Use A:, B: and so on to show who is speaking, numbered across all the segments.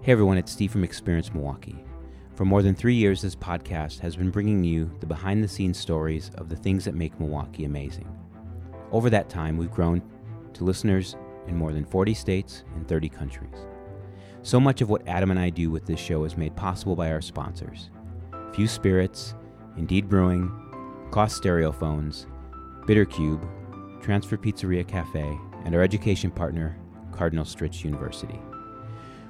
A: Hey everyone, it's Steve from Experience Milwaukee. For more than three years, this podcast has been bringing you the behind the scenes stories of the things that make Milwaukee amazing. Over that time, we've grown to listeners in more than 40 states and 30 countries. So much of what Adam and I do with this show is made possible by our sponsors Few Spirits, Indeed Brewing, Cost Stereophones, Bittercube, Transfer Pizzeria Cafe, and our education partner, Cardinal Stritch University.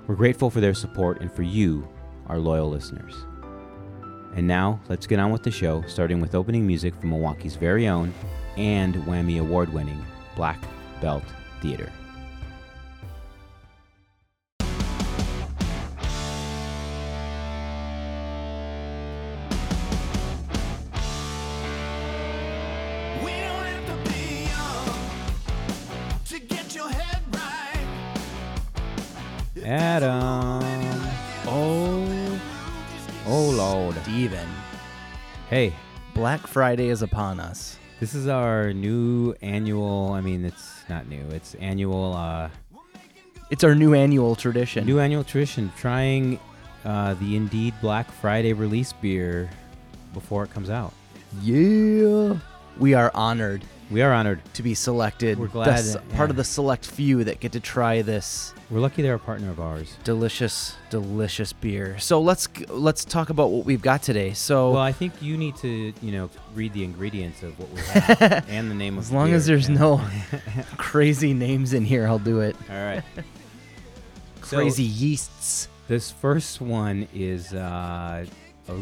A: We're grateful for their support and for you, our loyal listeners. And now, let's get on with the show, starting with opening music from Milwaukee's very own and Whammy award winning Black Belt Theater.
B: We don't have to be young to get your head right.
A: Adam!
C: Oh,
A: Oh, Lord.
C: Steven.
A: Hey,
C: Black Friday is upon us.
A: this is our new annual, I mean, it's not new, it's annual, uh,
C: It's our new annual tradition.
A: new annual tradition trying uh, the Indeed Black Friday release beer before it comes out.
C: yeah. We are honored
A: We are honored.
C: to be selected.
A: We're
C: the
A: glad
C: s-
A: that-
C: part
A: yeah.
C: of the select few that get to try this
A: We're lucky they're a partner of ours.
C: delicious, delicious beer. So let's g- let's talk about what we've got today. So
A: Well, I think you need to, you know, read the ingredients of what we have and the name of
C: as
A: the
C: long
A: beer.
C: as there's
A: Yeah.
C: no crazy names in here, I'll do it.
A: All right. So,
C: Crazy yeasts.
A: This first one is uh, a,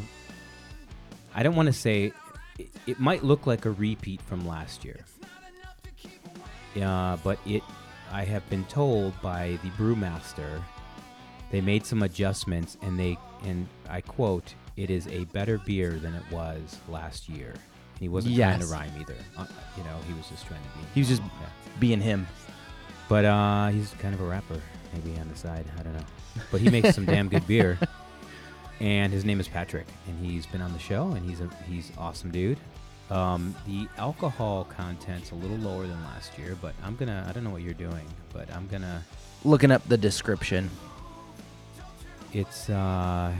A: I don't want to say it, it might look like a repeat from last year. Uh, but it I have been told by the brewmaster they made some adjustments and they and I quote it is a better beer than it was last year. And he wasn't trying to
C: Yes.
A: rhyme either. Uh, you know, he was just trying to be
C: He was just
A: yeah.
C: being him.
A: But uh, he's kind of a rapper, maybe on the side. I don't know. But he makes some damn good beer. And his name is Patrick, and he's been on the show, and he's a he's awesome dude. Um, the alcohol content's a little lower than last year, but I'm gonna I don't know what you're doing, but I'm gonna
C: Looking up the description.
A: it's uh,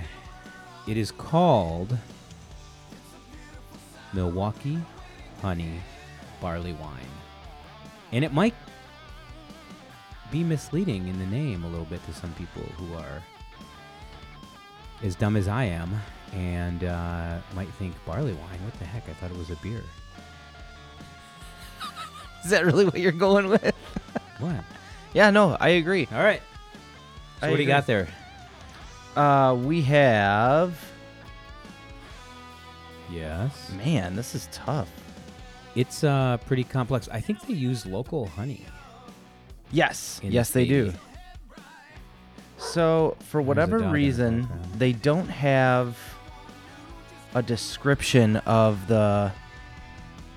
A: it is called Milwaukee Honey Barley Wine, and it might be misleading in the name a little bit to some people who are as dumb as I am and uh, might think barley wine. What the heck? I thought it was a beer.
C: Is that really what you're going with?
A: What?
C: Yeah, no, I agree.
A: All right. So
C: I
A: what do you
C: agree.
A: got there?
C: Uh, we have.
A: Yes.
C: Man, this is tough.
A: It's uh, pretty complex. I think they use local honey.
C: Yes.
A: In
C: yes,
A: the
C: they do.
A: baby.
C: So, for
A: a
C: whatever
A: dog in the
C: reason,
A: background.
C: they don't have a description of the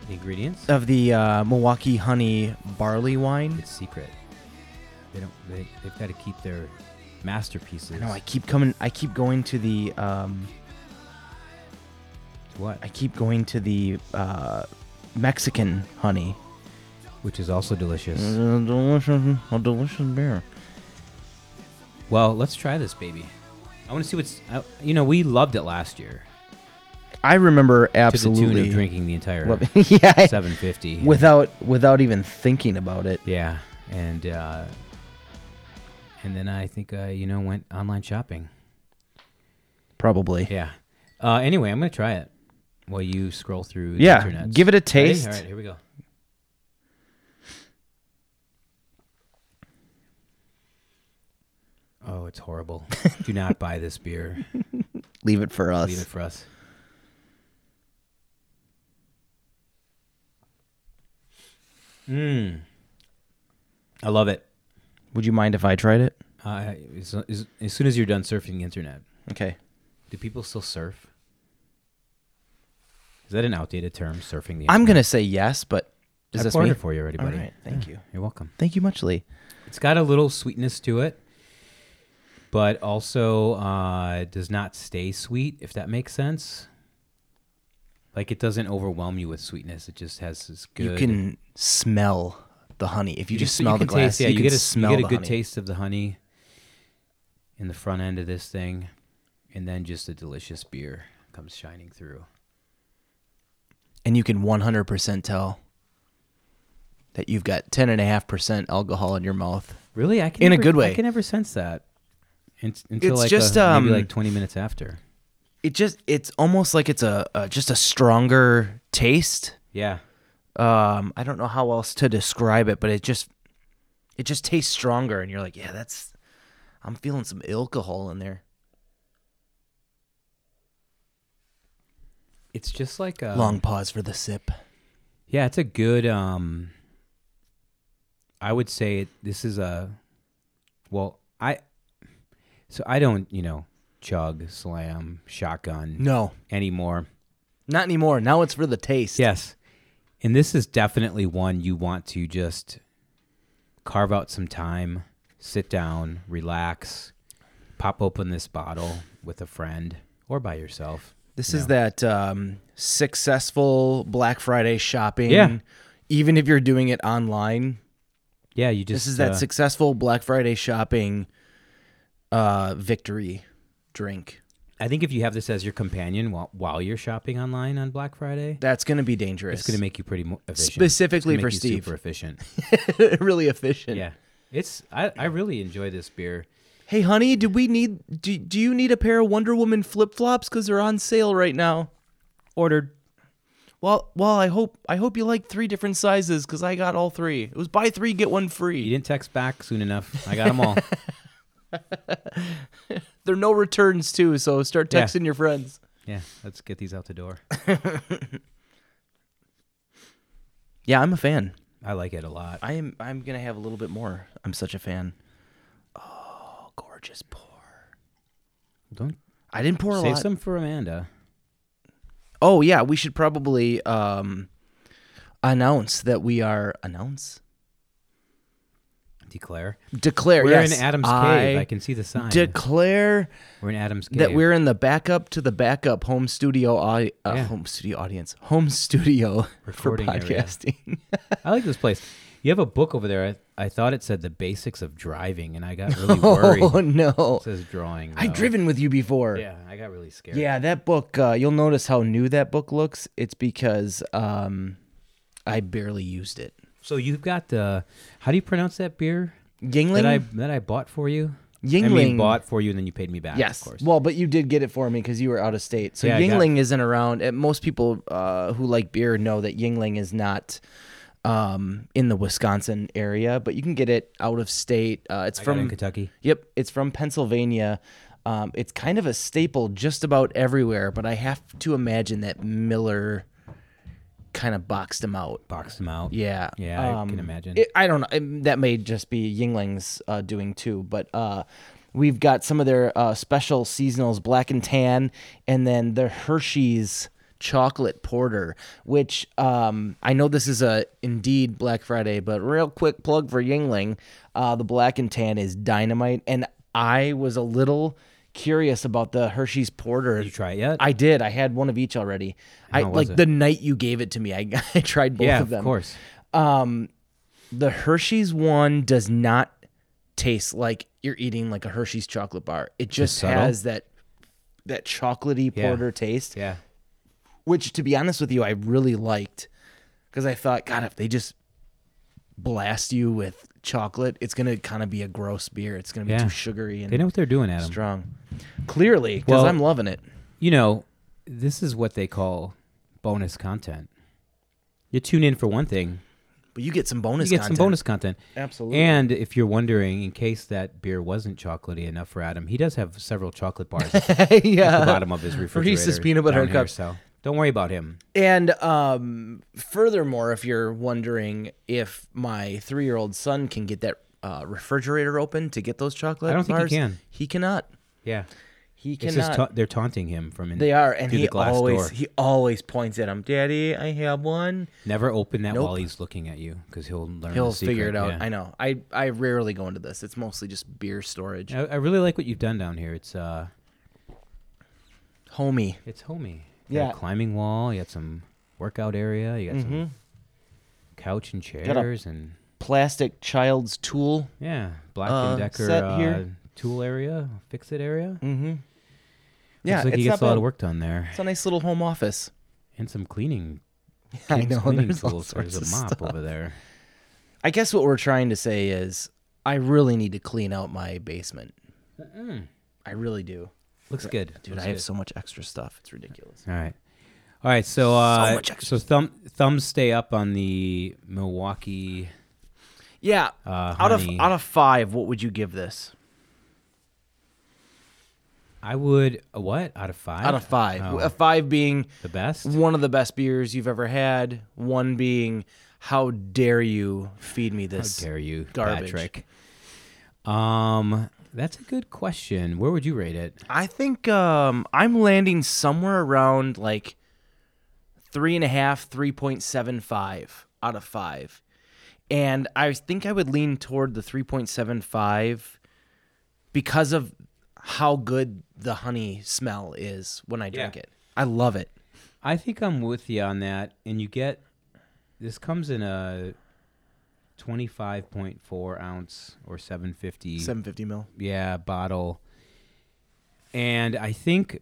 A: Ingredients?
C: of the uh, Milwaukee honey barley wine.
A: It's secret. They don't. They, they've got to keep their masterpieces.
C: I know. I keep coming. I keep going to the. Um,
A: what?
C: I keep going to the uh, Mexican honey.
A: Which is also delicious.
C: A delicious, a delicious beer.
A: Well, let's try this, baby. I want to see what's. I, you know, we loved it last year
C: I remember
A: to the
C: absolutely
A: tune of drinking the entire
C: Well, yeah, I-
A: 750
C: without without even thinking about it.
A: Yeah, and uh, and then I think I, you know, went online shopping.
C: Probably.
A: Yeah. Uh, anyway, I'm gonna try it while you scroll through.
C: Yeah,
A: the internets.
C: give it a
A: Ready?
C: taste.
A: All right, here we go. Oh, it's horrible. Do not buy this beer.
C: Leave it for us.
A: Leave it for us. Mmm. I love it.
C: Would you mind if I tried it?
A: Uh, as, as, as soon as you're done surfing the internet,
C: Okay.
A: do people still surf? Is that an outdated term, surfing the internet?
C: I'm gonna say yes, but is
A: I
C: this
A: poured
C: me?
A: it for you already,
C: All
A: buddy.
C: right, thank you.
A: You're welcome.
C: Thank you much, Lee.
A: It's got a little sweetness to it, but also uh, does not stay sweet, if that makes sense. Like it doesn't overwhelm you with sweetness. It just has this good.
C: You can smell the honey if you, just
A: you
C: smell the
A: can
C: glass.
A: Taste, yeah,
C: you,
A: you,
C: can
A: get a,
C: smell
A: you get
C: the
A: a good
C: honey.
A: taste of the honey. in the front end of this thing, and then just a delicious beer comes shining through.
C: and you can 100% tell that you've got 10.5% alcohol in your mouth.
A: Really, I can
C: In a
A: never-
C: good way.
A: I can never sense that Un- until
C: It's
A: like
C: just,
A: a-
C: um,
A: maybe like twenty minutes after.
C: It just, it's almost like it's a, a just a stronger taste.
A: Yeah,
C: Um, I don't know how else to describe it, but it just, it just tastes stronger. And you're like, yeah, that's, I'm feeling some alcohol in there.
A: it's just like um, a
C: Long pause for the sip.
A: Yeah, it's a good. Um, I would say it, this is a. Well, I. So I don't, you know, chug, slam, shotgun
C: No,
A: anymore.
C: not anymore. Now it's for the taste.
A: Yes, and this is definitely one you want to just carve out some time, sit down, relax, pop open this bottle with a friend or by yourself.
C: This is that um, successful Black Friday shopping.
A: Yeah.
C: Even if you're doing it online,
A: Yeah, you just
C: this is that
A: uh,
C: successful Black Friday shopping uh, victory drink.
A: I think if you have this as your companion while, while you're shopping online on Black Friday,
C: That's going to be dangerous.
A: It's going to make you pretty mo- efficient.
C: Specifically
A: It's gonna make
C: for
A: you
C: Steve.
A: super efficient.
C: really efficient.
A: yeah, it's I, I really enjoy this beer.
C: Hey, honey, do we need do, do you need a pair of Wonder Woman flip flops because they're on sale right now?
A: Ordered.
C: Well, well, I hope I hope you like three different sizes because I got all three. It was buy three get one
A: You
C: free.
A: didn't text back soon enough. I got them all.
C: There are no returns too, so start
A: Yeah.
C: texting your friends.
A: yeah, let's get these out the door.
C: Yeah, I'm a fan.
A: I like it a lot.
C: I am. I'm gonna have a little bit more. I'm such a fan. Oh, gorgeous pour.
A: Don't
C: I didn't pour a
A: save
C: lot.
A: some for Amanda.
C: Oh yeah, we should probably um announce that we are announce
A: Declare.
C: declare.
A: We're
C: Uh, yes,
A: in Adam's
C: I
A: cave. I can see the sign.
C: declare
A: we're in Adam's cave.
C: that we're in the backup to the backup home studio au- uh,
A: Yeah.
C: home studio audience home studio
A: Recording
C: for
A: area.
C: podcasting.
A: I like this place. You have a book over there. I, I thought it said the basics of driving, and I got really worried.
C: oh no,
A: It says drawing.
C: I've
A: though.
C: driven with you before.
A: uh, Yeah, I got really scared.
C: Yeah, that book. Uh, you'll notice how new that book looks. It's because um, I barely used it.
A: So you've got the. How do you pronounce that beer?
C: Yingling.
A: that I that I bought for you. I mean,
C: Yingling.
A: bought for you, and then you paid me back.
C: yes.
A: of course.
C: Well, but you did get it for me because you were out of state. So
A: Yeah, I got-
C: Yingling isn't around. And most people uh, who like beer know that Yingling is not um, in the Wisconsin area, but you can get it out of state. Uh, it's
A: I got it in
C: from
A: Kentucky.
C: Yep, it's from Pennsylvania. Um, it's kind of a staple just about everywhere, but I have to imagine that Miller kind of boxed him out.
A: Boxed them out.
C: Yeah.
A: Yeah, I can
C: um,
A: imagine.
C: It, I don't know. um, That may just be Yinglings uh, doing too, but uh, we've got some of their uh, special seasonals, black and tan, and then the Hershey's chocolate porter which um i know this is a indeed black friday but real quick plug for yingling uh the black and tan is dynamite and i was a little curious about the hershey's porter
A: Did you try it yet?
C: i did i had one of each already i
A: How was
C: like
A: it?
C: the night you gave it to me i, I tried both
A: yeah,
C: of them
A: course.
C: Um, the Hershey's one does not taste like you're eating like a Hershey's chocolate bar. It just
A: subtle?
C: has that that chocolatey
A: Yeah.
C: porter taste,
A: Yeah,
C: which to be honest with you, I really liked because I thought, God, if they just blast you with chocolate, it's gonna kind of be a gross beer. It's gonna be
A: Yeah.
C: too sugary and
A: they know what they're doing, Adam.
C: strong. Clearly, because
A: Well-
C: I'm loving it.
A: You know, this is what they call bonus content. You tune in for one thing,
C: But you get some
A: you
C: bonus.
A: get
C: content.
A: some bonus content.
C: Absolutely.
A: And if you're wondering, in case that beer wasn't chocolatey enough for Adam, he does have several chocolate bars at the
C: yeah.
A: bottom of his refrigerator.
C: peanut butter
A: down here,
C: cups.
A: So don't worry about him.
C: And um, furthermore, if you're wondering if my three-year-old son can get that uh, refrigerator open to get those chocolate,
A: I don't think he
C: bars,
A: can.
C: He cannot.
A: Yeah,
C: He
A: it's just
C: cannot.
A: ta- they're taunting him from in-
C: they are, and
A: through
C: he
A: the glass
C: always
A: door.
C: he always points at him. Daddy, I have one.
A: Never open that
C: Nope.
A: while he's looking at you because he'll learn.
C: He'll
A: the secret.
C: figure it out.
A: yeah.
C: I know. I I rarely go into this. It's mostly just beer storage.
A: I, I really like what you've done down here. It's uh,
C: Homey.
A: it's homey. You got a
C: Yeah.
A: climbing wall. You got some workout area. You got some couch and
C: Mm-hmm. a-
A: chairs and
C: Plastic child's tool.
A: yeah, black
C: Uh,
A: and Decker
C: set
A: uh,
C: here.
A: tool area, fix it area.
C: Mm-hmm. Yeah,
A: Looks like
C: it's
A: he
C: not
A: gets a lot
C: bad.
A: of work done there,
C: It's a nice little home office.
A: and some cleaning.
C: I
A: kids'
C: know,
A: cleaning
C: there's all
A: tools. There's
C: sorts
A: a
C: of
A: mop
C: stuff.
A: over there.
C: I guess what we're trying to say is I really need to clean out my basement. I really do.
A: Looks good,
C: Dude,
A: Looks
C: I have
A: good.
C: so much extra stuff. It's ridiculous.
A: All right. All right, so uh,
C: much
A: so thumb thumbs stay up on the Milwaukee.
C: Yeah.
A: Uh,
C: out of
A: honey.
C: out of 5, what would you give this?
A: I would a what out of five?
C: Out of 5.
A: Oh,
C: A 5 being
A: the best.
C: one of the best beers you've ever had, one being how dare you feed me
A: How
C: this?
A: dare you,
C: garbage.
A: Patrick? Um, that's a good question. Where would you rate it?
C: I think um, I'm landing somewhere around like three and a half, 3.75 out of five. And I think I would lean toward the 3.75 because of how good the honey smell is when I drink
A: Yeah.
C: it. I love it.
A: I think I'm with you on that, and you get this comes in a twenty-five point four ounce or seven fifty
C: 750 mil.
A: yeah bottle and i think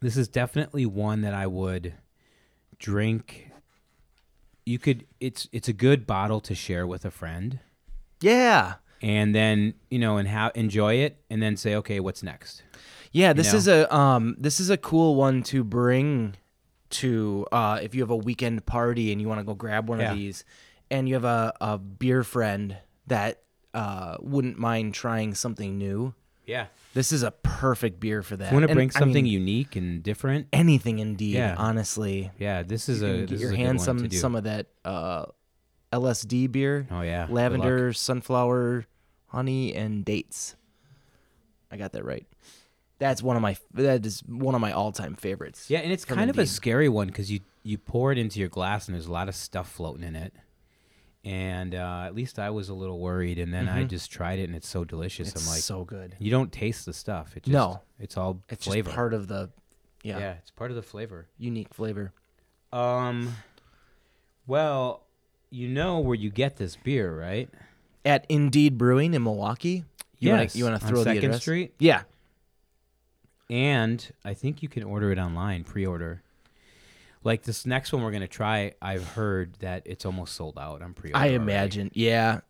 A: this is definitely one that i would drink you could it's it's a good bottle to share with a friend
C: Yeah.
A: and then you know and how enjoy it and then say okay what's next
C: Yeah, this
A: know?
C: is a um this is a cool one to bring to uh if you have a weekend party and you want to go grab one
A: Yeah.
C: of these and you have a, a beer friend that uh wouldn't mind trying something new.
A: yeah
C: This is a perfect beer for that.
A: you want to
C: And,
A: bring
C: I
A: something
C: mean,
A: unique and different
C: anything indeed,
A: Yeah.
C: honestly.
A: yeah this is
C: You
A: a
C: can
A: this
C: get
A: is
C: your
A: a good
C: hands
A: one to
C: some
A: do.
C: some of that uh LSD beer.
A: oh yeah good luck.
C: Lavender, sunflower, honey, and dates. I got that right. That's one of my that is one of my all time favorites.
A: yeah and it's
C: from
A: kind of a
C: Indeed.
A: scary one because you you pour it into your glass and there's a lot of stuff floating in it and uh, at least i was a little worried and then i just tried it and it's so delicious
C: Mm-hmm. it's
A: i'm like
C: so good.
A: you don't taste the stuff it just,
C: No.
A: it's all
C: It's
A: flavor
C: just part of the yeah,
A: yeah. it's part of the flavor
C: unique flavor.
A: um well you know where you get this beer right
C: At Indeed Brewing in Milwaukee. You
A: Yes,
C: wanna, you want to
A: on
C: throw the
A: Second
C: address?
A: Street?
C: Yeah.
A: and i think you can order it online pre-order like this next one we're gonna try i've heard that it's almost sold out on pre-order
C: I
A: already.
C: imagine. Yeah.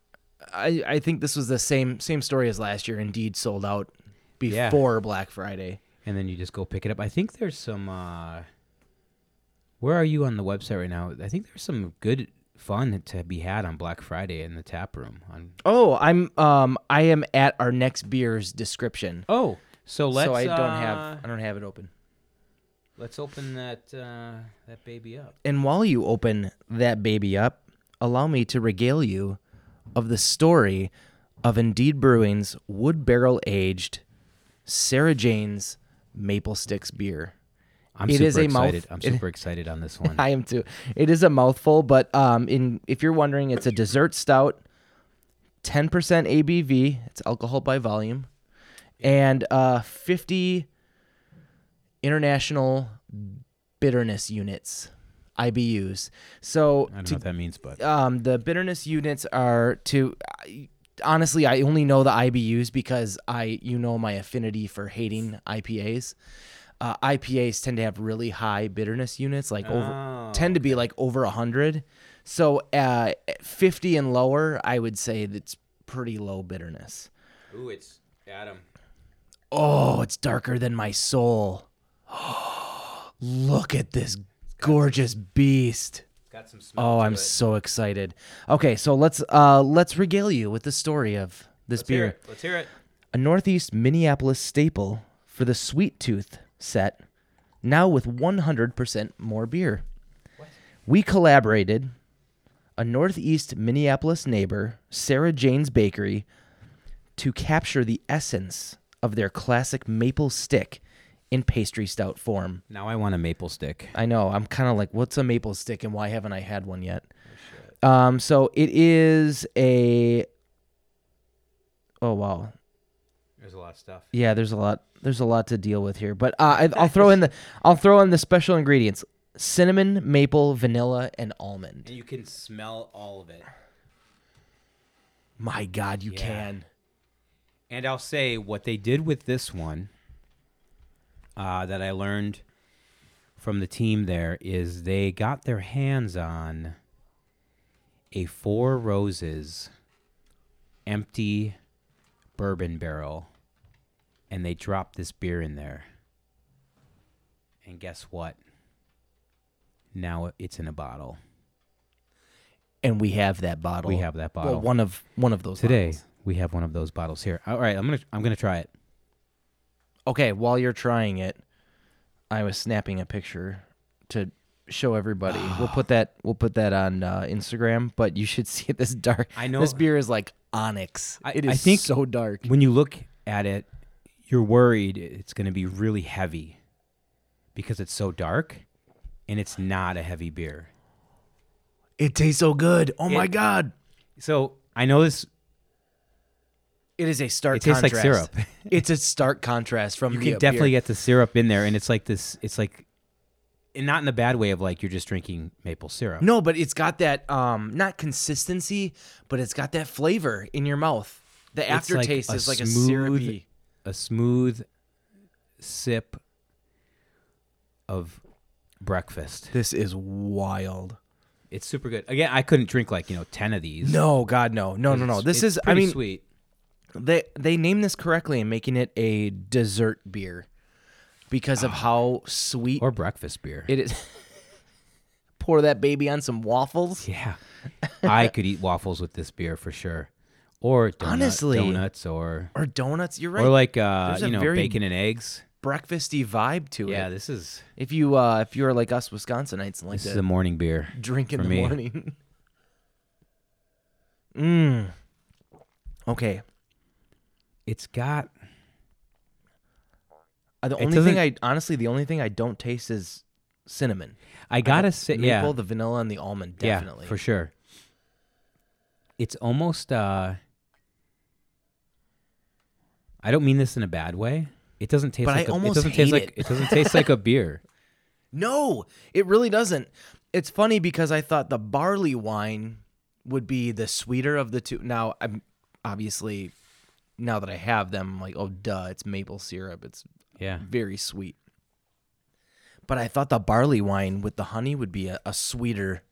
C: I I think this was the same same story as last year. Indeed sold out
A: Yeah.
C: before Black Friday.
A: and then you just go pick it up. I think there's some. Uh, where are you on the website right now? I think there's some good fun to be had on Black Friday in the tap room. On
C: Oh, I'm um I am at our next beer's description.
A: oh, so let's.
C: so I don't
A: uh,
C: have I don't have it open.
A: Let's open that uh, that baby up.
C: And while you open that baby up, allow me to regale you of the story of Indeed Brewing's wood barrel aged Sarah Jane's Maple Sticks beer.
A: I'm
C: It
A: super
C: is a mouth-
A: excited. I'm
C: it-
A: super excited on this one.
C: I am too. It is a mouthful, but um, in if you're wondering, it's a dessert stout, ten percent ABV. It's alcohol by volume, and uh, fifty international bitterness units, IBUs. So
A: I don't
C: to
A: know what that means, but
C: um, the bitterness units are to I- honestly i only know the ibus because i you know my affinity for hating ipas uh, ipas tend to have really high bitterness units like over
A: Oh,
C: tend to be like over 100 so uh, at 50 and lower i would say that's pretty low bitterness
A: ooh, it's Adam.
C: oh it's darker than my soul look at this gorgeous beast
A: It's got some smell.
C: Oh, I'm so excited. Okay, so let's uh let's regale you with the story of this beer.
A: Let's hear it.
C: A Northeast Minneapolis staple for the Sweet Tooth set, now with 100% more beer. We collaborated a Northeast Minneapolis neighbor, Sarah Jane's Bakery, to capture the essence of their classic maple stick in pastry stout form.
A: Now I want a maple stick.
C: I know. I'm kind of like, what's a maple stick and why haven't I had one yet? Um, so it is a. Oh wow,
A: There's a lot of stuff.
C: yeah. There's a lot. There's a lot to deal with here, but uh, I, I'll throw in the I'll throw in the special ingredients: cinnamon, maple, vanilla, and almond.
A: And you can smell all of it.
C: My God, you
A: Yeah.
C: can.
A: And I'll say what they did with this one uh, that I learned from the team there is they got their hands on a Four Roses empty bourbon barrel and they dropped this beer in there. And guess what? Now it's in a bottle.
C: And we have that bottle.
A: We have that
C: Well,
A: bottle.
C: one of one of those
A: Today
C: bottles.
A: we have one of those bottles here. All right, I'm gonna I'm gonna try it.
C: Okay, while you're trying it, I was snapping a picture to show everybody. we'll put that we'll put that on uh, Instagram, but you should see this dark.
A: I know-
C: this beer is like onyx.
A: I-
C: it
A: I
C: is
A: think-
C: so dark.
A: When you look at it, you're worried it's gonna be really heavy because it's so dark, and it's not a heavy beer.
C: It tastes so good. Oh
A: my
C: god.
A: So I know this.
C: It is a stark
A: It tastes like
C: contrast.
A: syrup.
C: it's a stark contrast from
A: You
C: the
A: can
C: beer.
A: definitely get the syrup in there, and it's like this. It's like, and not in a bad way of like you're just drinking maple syrup.
C: No, but it's got that um not consistency, but it's got that flavor in your mouth. The
A: It's like
C: aftertaste
A: a
C: is like
A: smooth-
C: a syrupy.
A: a smooth sip of breakfast.
C: This is wild.
A: It's super good. Again, I couldn't drink like you know ten of these.
C: No, God, no, no, no, no.
A: It's-
C: This
A: it's
C: is, I
A: pretty
C: mean,
A: sweet.
C: they they named this correctly and making it a dessert beer because of how sweet
A: Ah. or breakfast beer.
C: it is. Pour that baby on some waffles.
A: yeah, I could eat waffles with this beer for sure, or donut,
C: Honestly.
A: donuts, or
C: Or donuts, you're right.
A: or like uh,
C: There's a
A: you know
C: very-
A: bacon and eggs.
C: breakfasty vibe to
A: Yeah,
C: it.
A: this is
C: If you uh if you're like us Wisconsinites and like
A: this is
C: to
A: a morning beer.
C: drink in
A: for
C: the
A: me.
C: morning. Mmm. Okay.
A: It's got
C: Uh, The only
A: doesn't-
C: thing I honestly the only thing I don't taste is cinnamon.
A: I gotta
C: The
A: say
C: maple,
A: yeah
C: the vanilla and the almond
A: yeah,
C: definitely.
A: for sure. It's almost uh, I don't mean this in a bad way. It doesn't taste
C: But I
A: like a-
C: almost
A: it doesn't
C: hate
A: taste like
C: it.
A: it doesn't taste like a beer.
C: No, it really doesn't. It's funny because I thought the barley wine would be the sweeter of the two. Now, I'm obviously now that I have them, I'm like, oh duh, it's maple syrup. It's
A: Yeah.
C: very sweet. But I thought the barley wine with the honey would be a, a sweeter,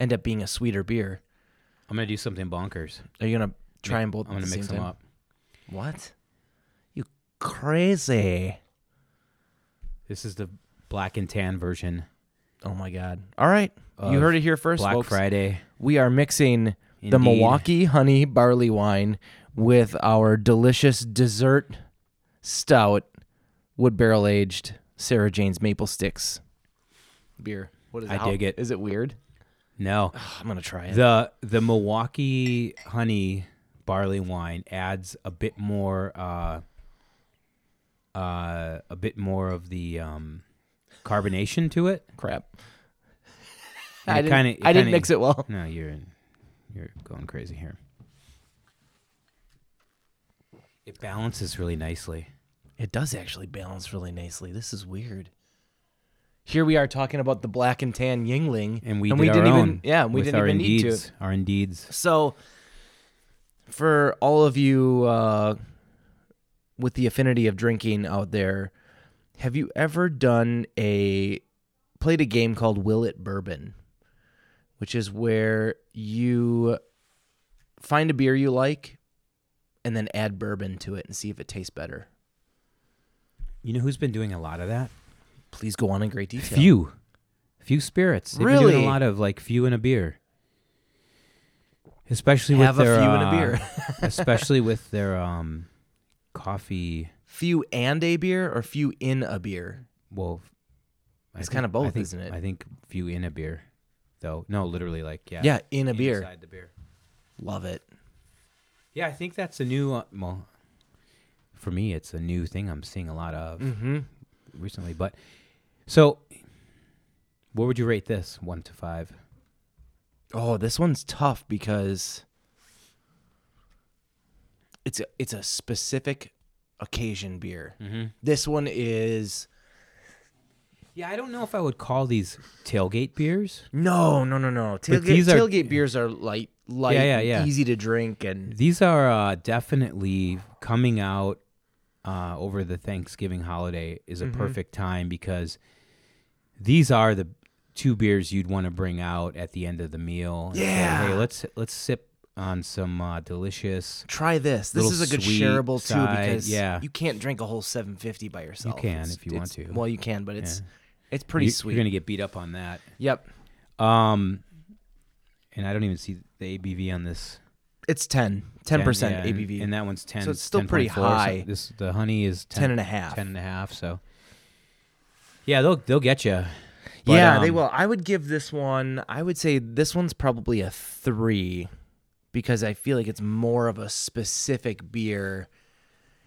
C: end up being a sweeter beer.
A: I'm gonna do something bonkers.
C: Are you gonna try and both?
A: I'm gonna
C: at the
A: mix
C: same
A: them
C: time?
A: up.
C: What? You crazy?
A: This is the black and tan version.
C: Oh my god! All right, you
A: Of
C: heard it here first,
A: Black
C: folks.
A: Friday.
C: we are mixing the
A: Indeed.
C: Milwaukee honey barley wine with our delicious dessert stout, wood barrel aged Sarah Jane's maple sticks beer. What is
A: I dig it.
C: Is it weird?
A: No,
C: I'm gonna try it.
A: the the Milwaukee honey barley wine adds a bit more, uh, uh, a bit more of the um, carbonation to it.
C: Crap.
A: And
C: I
A: it
C: didn't,
A: kinda- it
C: I didn't
A: kinda-
C: mix it well.
A: No, you're in, you're going crazy here. It balances really nicely.
C: It does actually balance really nicely. This is weird. Here we are talking about the black and tan Yingling,
A: And we, did
C: didn't
A: our
C: even
A: own
C: yeah, and we
A: with
C: didn't
A: our
C: even need
A: indeeds,
C: to.
A: Our indeeds.
C: So, for all of you uh, with the affinity of drinking out there, have you ever done a played a game called Will It Bourbon, which is where you find a beer you like and then add bourbon to it and see if it tastes better?
A: You know who's been doing a lot of that?
C: Please go on in great detail.
A: Few, few spirits. They've been doing
C: Really?
A: a lot of like few in a beer, especially
C: have
A: with their
C: a few in
A: uh,
C: a beer.
A: especially with their um, coffee.
C: few and a beer, or few in a beer.
A: Well, I
C: It's
A: think-
C: kinda both,
A: I think-
C: isn't it?
A: I think few in a beer, though. No, literally, like yeah,
C: Yeah, in a beer.
A: inside the beer.
C: Love it.
A: Yeah, I think that's a new. Uh, well, for me, it's a new thing I'm seeing a lot of
C: Mm-hmm.
A: recently. But so, what would you rate this? One to five.
C: Oh, this one's tough because it's a, it's a specific occasion beer.
A: Mm-hmm.
C: This one is
A: Yeah, I don't know if I would call these tailgate beers.
C: no, no, no, no. Tailgate
A: these are-
C: tailgate beers are light light,
A: Yeah, yeah,
C: and
A: yeah.
C: easy to drink, and
A: These are uh, definitely coming out uh, over the Thanksgiving holiday is
C: Mm-hmm.
A: a perfect time because these are the two beers you'd want to bring out at the end of the meal. and say,
C: Yeah.
A: hey, let's let's sip on some uh, delicious.
C: try this. This
A: Little
C: is a good
A: sweet
C: shareable too
A: side,
C: because
A: yeah.
C: you can't drink a whole 750 by yourself.
A: can
C: It's-
A: if you want
C: it's-
A: to.
C: Well, you can, but it's it's pretty
A: You-
C: sweet.
A: You're gonna get beat up on that.
C: Yep,
A: Um, and I don't even see the ABV on this.
C: it's 10 10 percent
A: yeah, and-
C: ABV.
A: and, that one's ten.
C: So it's still pretty
A: 10.4, so
C: high.
A: this the honey is 10,
C: 10 and a half.
A: 10 and a half, So, yeah, they'll they'll get um, you.
C: yeah, they will. I would give this one. I would say this one's probably a three because I feel like it's more of a specific beer.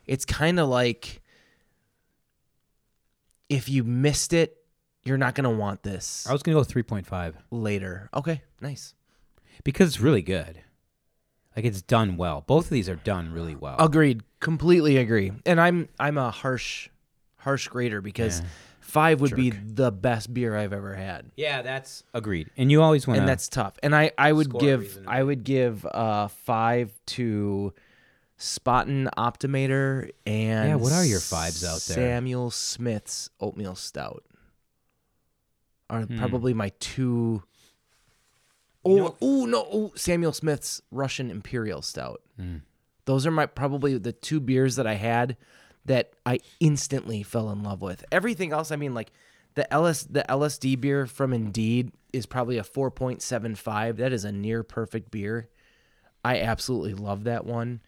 C: It's kind of like if you missed it, you're not gonna want this
A: I was gonna go three point five
C: later. Okay, nice.
A: because it's really good. Like it's done well. Both of these are done really well.
C: Agreed. Completely agree. And I'm I'm a harsh harsh grader because
A: Yeah.
C: five would be the best beer I've ever had.
A: Yeah, that's agreed. And you always want
C: and
A: to.
C: that's tough. And I I would
A: Score
C: give
A: reasonable.
C: I would give uh five to Spotin Optimator and
A: Yeah, what are your fives out there?
C: Samuel Smith's oatmeal stout are
A: Hmm.
C: probably my two. Oh, ooh, no, ooh, Samuel Smith's Russian Imperial Stout.
A: Hmm.
C: Those are my probably the two beers that I had that I instantly fell in love with. Everything else, I mean, like the LS the LSD beer from Indeed is probably a 4.75. That is a near perfect beer. I absolutely love that one.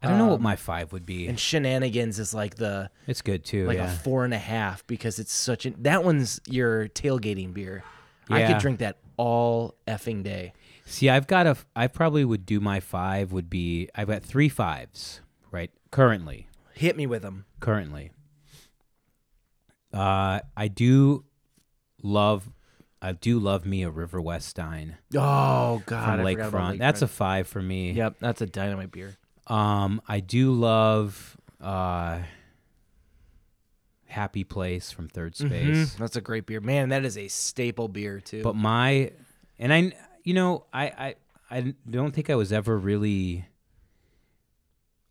A: I don't know what my five would be.
C: um, And Shenanigans is like the
A: It's good too.
C: like
A: yeah.
C: a four and a half because it's such an that one's your tailgating beer. I
A: Yeah.
C: could drink that all effing day.
A: See, I've got a. f- I probably would do my five would be. I've got three fives right currently.
C: Hit me with them.
A: currently. Uh, I do love, I do love me a River West Stein
C: Oh God,
A: from
C: I forgot about
A: Lakefront. That's a
C: Lakefront.
A: five for me.
C: yep. That's a dynamite beer.
A: Um, I do love uh, Happy Place from Third Space,
C: That's a great beer, man. That is a staple beer too.
A: Mm. but my and I, you know, I I I don't think I was ever really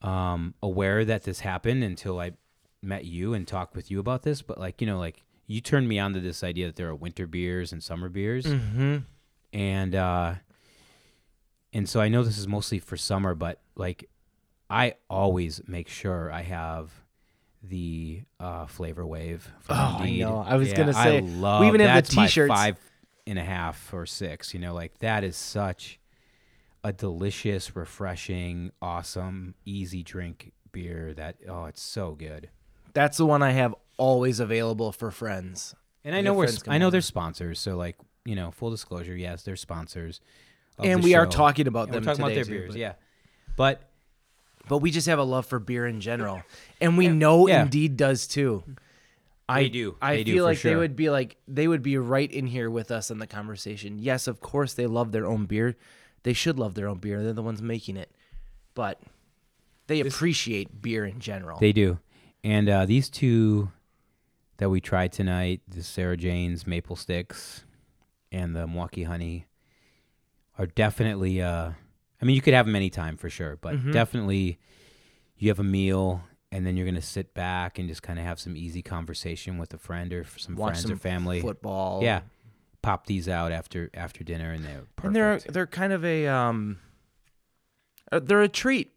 A: um aware that this happened until I met you and talked with you about this, but like, you know, like you turned me on to this idea that there are winter beers and summer beers.
C: Mhm.
A: And uh and so I know this is mostly for summer, but like I always make sure I have the uh flavor wave from
C: Oh, I
A: Indeed.
C: know. I was
A: Yeah,
C: gonna
A: I
C: say, we
A: love
C: even have the
A: that's my
C: t-shirts.
A: five and a half or six, you know, like that is such a delicious, refreshing, awesome, easy drink beer that oh, it's so good.
C: That's the one I have always available for friends.
A: And I
C: Your
A: know we're
C: friends
A: sp-
C: come
A: I know
C: over.
A: they're sponsors, so like, you know, full disclosure, yes, they're sponsors. of
C: And
A: the
C: we are
A: show.
C: talking about
A: And
C: them
A: We're talking about
C: today
A: their
C: too,
A: beers,
C: but-
A: yeah. But
C: But we just have a love for beer in general, and we know
A: yeah.
C: Indeed does too. I
A: They do.
C: I
A: They do,
C: feel
A: for
C: like they
A: sure.
C: would be like they would be right in here with us in the conversation. Yes, of course they love their own beer. They should love their own beer. They're the ones making it, but they appreciate beer in general.
A: They do. And uh, these two that we tried tonight, the Sarah Jane's Maple Sticks and the Milwaukee Honey, are definitely. Uh, I mean, you could have them anytime for sure, but
C: Mm-hmm.
A: definitely you have a meal and then you're going to sit back and just kind of have some easy conversation with a friend or f- some
C: Watch
A: friends
C: some
A: or family.
C: football.
A: Yeah. Pop these out after after dinner and they're perfect.
C: and they're they're kind of a um, uh, they're a treat.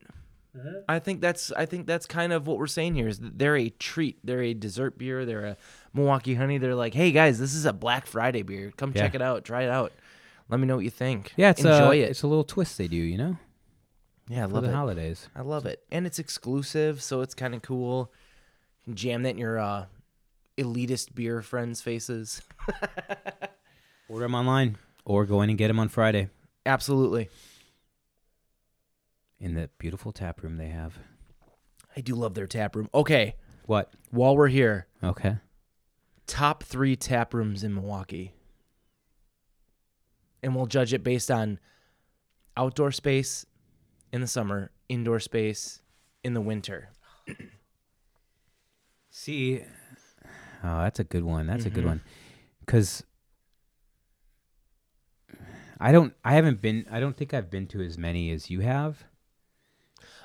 C: I think that's I think that's kind of what we're saying here is that they're a treat. They're a dessert beer. They're a Milwaukee honey. They're like, hey guys, this is a Black Friday beer. Come check
A: Yeah.
C: it out. Try it out. Let me know what you think.
A: yeah, it's
C: enjoy
A: a,
C: it.
A: It's a little twist they do, you know,
C: Yeah, I
A: for
C: love
A: the
C: it.
A: holidays.
C: I love it, and it's exclusive, so it's kind of cool. You can jam that in your uh, elitist beer friends' faces.
A: Order them online or go in and get them on Friday.
C: Absolutely.
A: in the beautiful tap room they have.
C: I do love their tap room. Okay,
A: What?
C: while we're here,
A: Okay.
C: top three tap rooms in Milwaukee. And we'll judge it based on outdoor space in the summer, indoor space in the winter.
A: See,
C: Mm-hmm.
A: oh, that's a good one. That's a good one. Because I don't. I haven't been. I don't think I've been to as many as you have.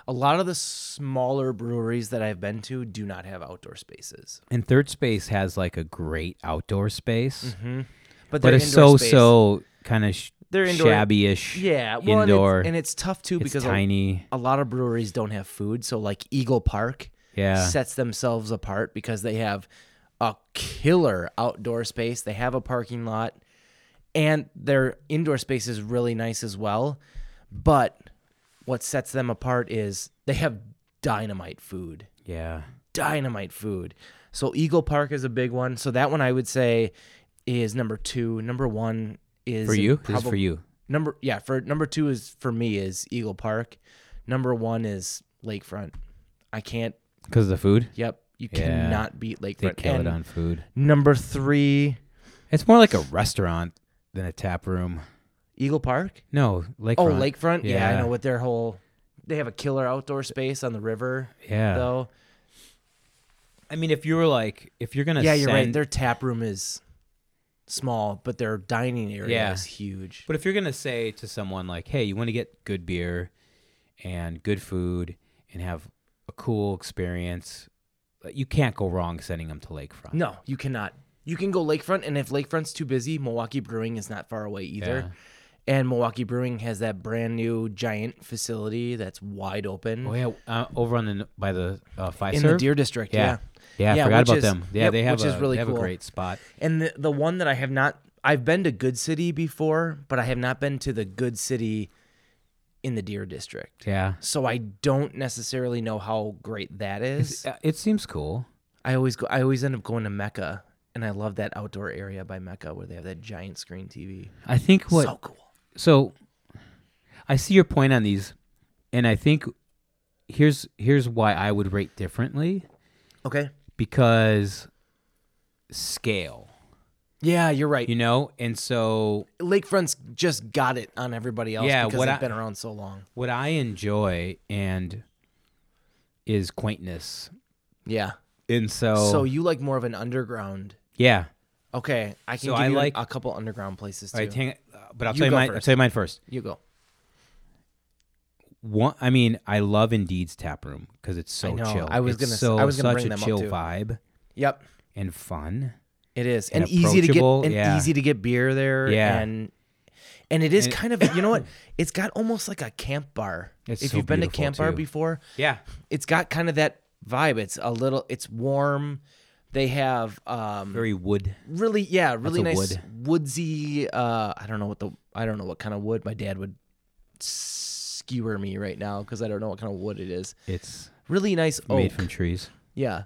C: A lot of the smaller breweries that I've been to do not have outdoor spaces,
A: And Third Space has like a great outdoor space,
C: but,
A: but
C: Mm-hmm. their
A: it's
C: indoor
A: so
C: space-
A: so kind of sh-
C: Their indoor-
A: shabby-ish.
C: Yeah, well,
A: indoor.
C: and it's, and it's tough too
A: it's
C: because a-
A: tiny.
C: a lot of breweries don't have food. So like Eagle Park
A: Yeah.
C: sets themselves apart because they have a killer outdoor space. They have a parking lot and their indoor space is really nice as well. But what sets them apart is they have dynamite food.
A: yeah.
C: Dynamite food. So Eagle Park is a big one. So that one I would say is number 2. Number 1 is
A: For you, this is
C: probab-
A: for you.
C: Number yeah, for number two is for me is Eagle Park. Number one is Lakefront. I can't.
A: Because of the food?
C: Yep, you
A: Yeah.
C: cannot beat
A: They
C: Lakefront.
A: kill it
C: And
A: on food.
C: Number three,
A: It's more like a restaurant than a tap room.
C: Eagle Park.
A: No, Lakefront.
C: Oh, Lakefront. Yeah. I
A: Yeah.
C: know what their whole. They have a killer outdoor space on the river.
A: Yeah.
C: Though.
A: I mean, if you were like, if you're gonna
C: Yeah, you're right.
A: send-
C: Their tap room is small, but their dining area
A: Yeah.
C: is huge.
A: But if you're gonna say to someone like, "Hey, you want to get good beer and good food and have a cool experience," like, you can't go wrong sending them to Lakefront.
C: No, you cannot. You can go lakefront, and if lakefront's too busy, Milwaukee Brewing is not far away either. And Milwaukee Brewing has that brand new giant facility that's wide open
A: Oh yeah, uh, over on the by the uh, five
C: in the
A: serve?
C: Deer District.
A: Yeah.
C: Yeah.
A: Yeah, I
C: Yeah,
A: forgot
C: which
A: about
C: is-
A: them. Yeah,
C: yep,
A: they have
C: which is
A: a,
C: really
A: they have a
C: cool.
A: great spot.
C: And the, the one that I have not, I've been to Good City before, but I have not been to the Good City in the Deer District.
A: Yeah,
C: So I don't necessarily know how great that is.
A: Uh, it seems cool.
C: I always go. I always end up going to Mecca, and I love that outdoor area by Mecca where they have that giant screen TV.
A: I think what
C: So cool.
A: so I see your point on these, and I think here's here's why I would rate differently
C: Okay.
A: because scale,
C: Yeah, you're right.
A: you know, and so
C: Lakefront's just got it on everybody else
A: Yeah,
C: because
A: what
C: they've
A: I-
C: been around so long.
A: what I enjoy and is quaintness,
C: Yeah.
A: and so
C: So you like more of an underground.
A: yeah.
C: Okay, I can
A: So
C: give
A: I
C: you
A: like-
C: a couple underground places too.
A: All right, hang, uh, but I'll
C: You
A: tell you
C: go
A: mine. I'll
C: first.
A: tell you mine first.
C: you go.
A: One, I mean, I love Indeed's tap room because it's so
C: I know.
A: chill.
C: I was
A: It's
C: gonna s-
A: so
C: I was gonna
A: such
C: bring
A: a
C: them up
A: chill
C: too.
A: vibe
C: Yep,
A: and fun.
C: it is,
A: And
C: and, easy to get
A: approachable,
C: and
A: yeah.
C: easy to get beer there.
A: Yeah.
C: and and it is
A: And-
C: kind of you know what? It's got almost like a camp bar.
A: It's
C: if
A: so
C: you've been to
A: beautiful,
C: camp bar
A: too.
C: before,
A: Yeah,
C: it's got kind of that vibe. It's a little. It's warm. They have um,
A: very wood.
C: really yeah really
A: a
C: nice
A: wood.
C: woodsy uh i don't know what the i don't know what kind of wood my dad would skewer me right now because i don't know what kind of wood it is
A: It's
C: really nice oak
A: made from trees.
C: yeah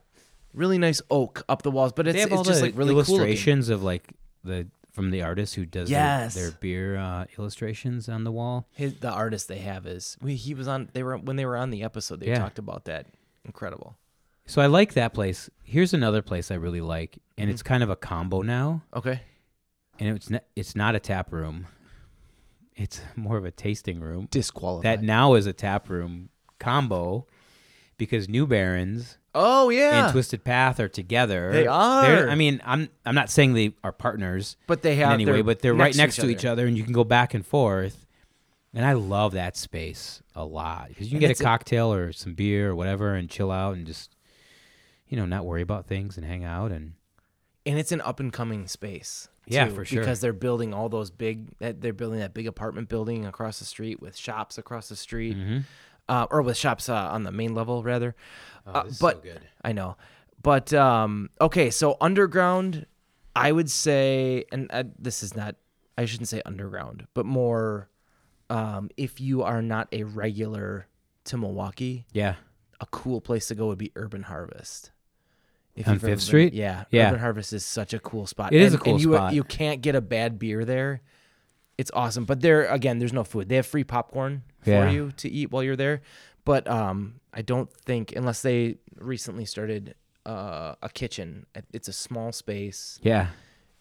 C: really nice oak up the walls but it's,
A: they have
C: it's
A: all
C: just
A: the
C: like really cool looking.
A: illustrations of like the from the artist who does their-
C: Yes.
A: their, beer uh, illustrations on the wall.
C: His, the artist they have is we, he was on they were when they were on the episode they
A: Yeah.
C: talked about that incredible
A: So I like that place. Here's another place I really like, and
C: Mm-hmm.
A: it's kind of a combo now.
C: okay
A: And it's not, it's not a tap room. It's more of a tasting room.
C: disqualified
A: That now is a tap room combo because New Barons
C: oh
A: and
C: yeah
A: Twisted Path are together.
C: They
A: They're-
C: are.
A: I mean, I'm I'm not saying they are partners
C: but they
A: in
C: have
A: any way,
C: they're
A: but they're right next to each, other, and you can go back and forth. And I love that space a lot because you can
C: And
A: get
C: it's
A: a
C: a-
A: cocktail or some beer or whatever and chill out and just, you know, not worry about things and hang out and
C: and it's an up and coming space.
A: Yeah,
C: too,
A: for sure.
C: Because they're building all those big, that they're building that big apartment building across the street with shops across the street,
A: Mm-hmm.
C: uh, or with shops uh, on the main level rather. uh,
A: Oh, this is so
C: but
A: good.
C: I know, but um, okay, so underground, I would say, and uh, this is not, I shouldn't say underground, but more, um, if you are not a regular to Milwaukee,
A: yeah,
C: a cool place to go would be Urban Harvest. If
A: On
C: you've ever
A: Fifth
C: been-
A: Street?
C: yeah,
A: Yeah.
C: Urban Harvest is such a cool spot.
A: It
C: It is
A: is a cool
C: and you, uh,
A: spot.
C: You can't get a bad beer there. It's awesome, but there again, there's no food. They have free popcorn for
A: Yeah.
C: you to eat while you're there, but um, I don't think unless they recently started uh, a kitchen. It's a small space,
A: yeah.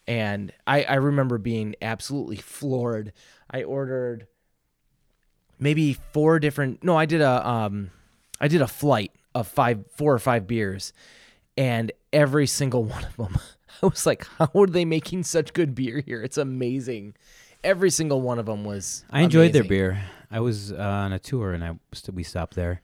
C: and I I remember being absolutely floored. I ordered maybe four different no i did a um i did a flight of five four or five beers and every single one of them i was like how are they making such good beer here it's amazing every single one of them was.
A: I enjoyed their
C: amazing.
A: beer. I was uh, on a tour and I st- we stopped there.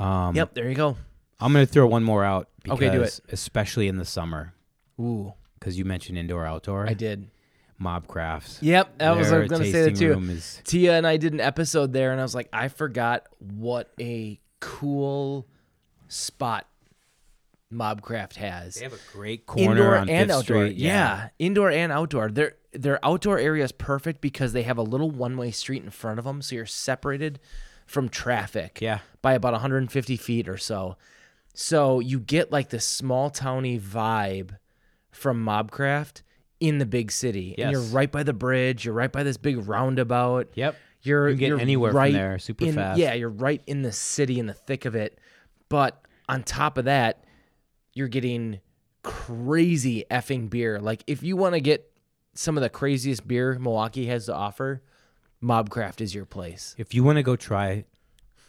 C: Yep, there you go.
A: I'm gonna throw one more out. Because,
C: Okay, do
A: Especially in the summer,
C: Ooh,
A: because you mentioned indoor outdoor.
C: I did.
A: Mob crafts.
C: Yep, that was I
A: Their
C: was gonna say that
A: tasting
C: too.
A: room is-
C: Tia and I did an episode there, and I was like, I forgot what a cool spot Mobcraft has.
A: They have a great corner on Fifth
C: and outdoor.
A: Street.
C: Yeah. indoor and outdoor. Their their outdoor area is perfect because they have a little one way street in front of them, so you're separated from traffic.
A: Yeah.
C: by about 150 feet or so. So you get like this small towny vibe from Mobcraft in the big city,
A: Yes.
C: and you're right by the bridge. You're right by this big roundabout.
A: Yep.
C: You're
A: You can get
C: you're
A: anywhere from
C: right
A: there super
C: in-
A: fast.
C: Yeah, you're right in the city in the thick of it. But on top of that, you're getting crazy effing beer. Like if you want to get some of the craziest beer Milwaukee has to offer, Mobcraft is your place.
A: If you want to go try,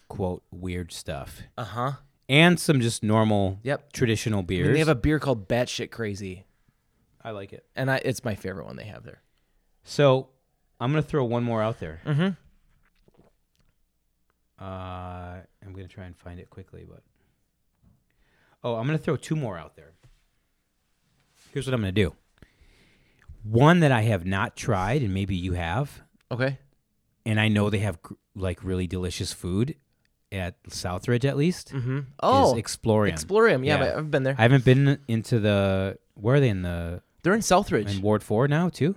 A: quote weird stuff
C: Uh-huh.
A: and some just normal,
C: Yep.
A: traditional beers.
C: And they have a beer called Batshit Crazy,
A: I like it.
C: and I it's my favorite one they have there.
A: So I'm gonna throw one more out there. Mm-hmm. Uh, I'm gonna try and find it quickly, but oh, I'm gonna throw two more out there. Here's what I'm gonna do. One that I have not tried, and maybe you have,
C: Okay.
A: and I know they have gr- like really delicious food at Southridge, at least. Mm-hmm.
C: Oh,
A: is Explorium.
C: Explorium. Yeah, but I've been there.
A: I haven't been into the where are they in the
C: They're in Southridge.
A: in Ward Four now too?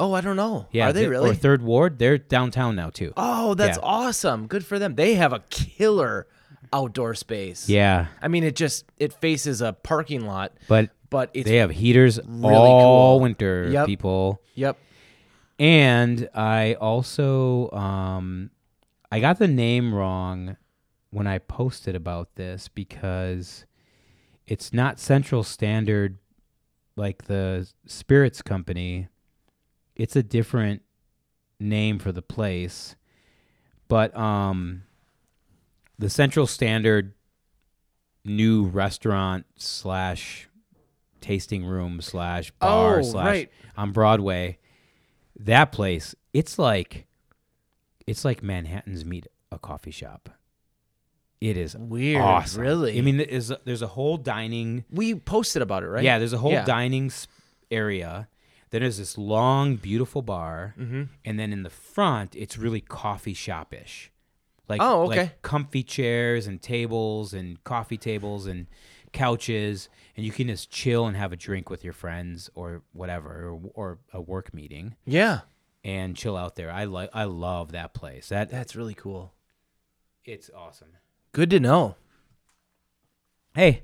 C: oh, I don't know.
A: Yeah,
C: Are they
A: th-
C: really?
A: Or Third Ward? They're downtown now too.
C: Oh, that's
A: Yeah.
C: awesome. Good for them. They have a killer outdoor space.
A: Yeah,
C: I mean, it just it faces a parking lot,
A: but
C: but it's
A: they have heaters
C: really
A: all
C: cool.
A: winter,
C: Yep.
A: people.
C: yep.
A: And I also um, I got the name wrong when I posted about this because it's not Central Standard like the spirits company. It's a different name for the place. But um the Central Standard new restaurant slash tasting room slash bar
C: Oh,
A: slash
C: right.
A: on Broadway. That place, it's like it's like Manhattan's meet a coffee shop. It is
C: Weird,
A: awesome.
C: really.
A: I mean, there is there's a whole dining
C: We posted about it, right?
A: yeah, there's a whole
C: Yeah.
A: dining s- area. Then there's this long, beautiful
C: Mm.
A: bar,
C: Mm-hmm.
A: and then in the front, it's really coffee shopish, like
C: Oh, okay.
A: like comfy chairs and tables and coffee tables and couches, and you can just chill and have a drink with your friends or whatever, or, or a work meeting
C: Yeah,
A: and chill out there. I like I love that place. That
C: that's really cool.
A: it's awesome.
C: Good to know.
A: Hey,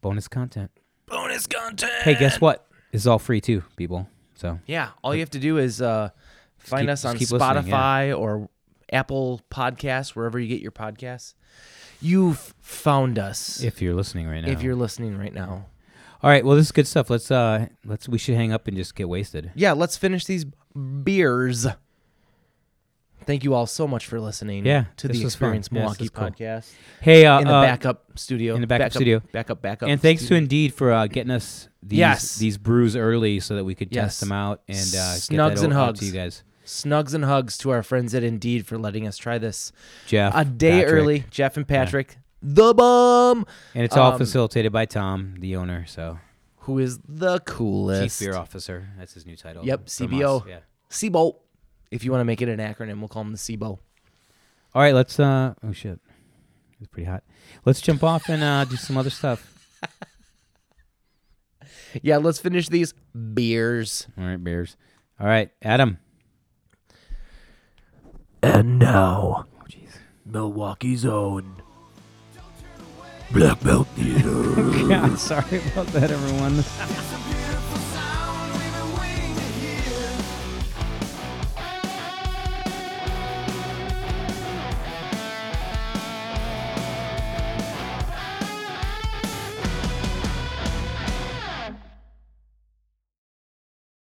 A: bonus content.
C: Bonus content.
A: Hey, guess what? It's all free too, people. So
C: Yeah, all you have to do is uh, find
A: keep-
C: us on
A: just keep listening,
C: Spotify
A: yeah.
C: or Apple Podcasts, wherever you get your podcasts. You've found us
A: if you're listening right now,
C: if you're listening right now.
A: All right, well this is good stuff. Let's uh let's we should hang up and just get wasted.
C: Yeah, let's finish these beers. Thank you all so much for listening
A: Yeah,
C: to
A: this
C: the
A: was fun.
C: Experience
A: Yeah, this
C: Milwaukee
A: was cool.
C: podcast.
A: Hey, uh,
C: in the
A: uh,
C: backup studio.
A: in the backup studio.
C: Backup, backup.
A: and thanks
C: studio.
A: to Indeed for uh, getting us these
C: Yes.
A: these brews early so that we could
C: Yes.
A: test them out and uh, get
C: Snugs
A: that
C: and
A: o- out
C: hugs.
A: to you guys.
C: snugs and hugs to our friends at Indeed for letting us try this
A: Jeff,
C: a day
A: Uh, Patrick.
C: early. Jeff and Patrick, the bum,
A: and it's all
C: Um,
A: facilitated by Tom, the owner. So
C: who is the coolest.
A: chief beer officer, that's his new title. from
C: Yep, CBO.
A: us. Yeah.
C: Seabolt. If you want to make it an acronym, we'll call him the Seabo.
A: All right, let's. uh Oh shit, it's pretty hot. Let's jump off and uh do some other stuff.
C: Yeah, let's finish these beers.
A: All right, beers. All right, Adam.
D: And now,
A: Oh jeez.
D: Milwaukee's own Black Belt Theater.
A: Yeah, sorry about that, everyone.
B: It's a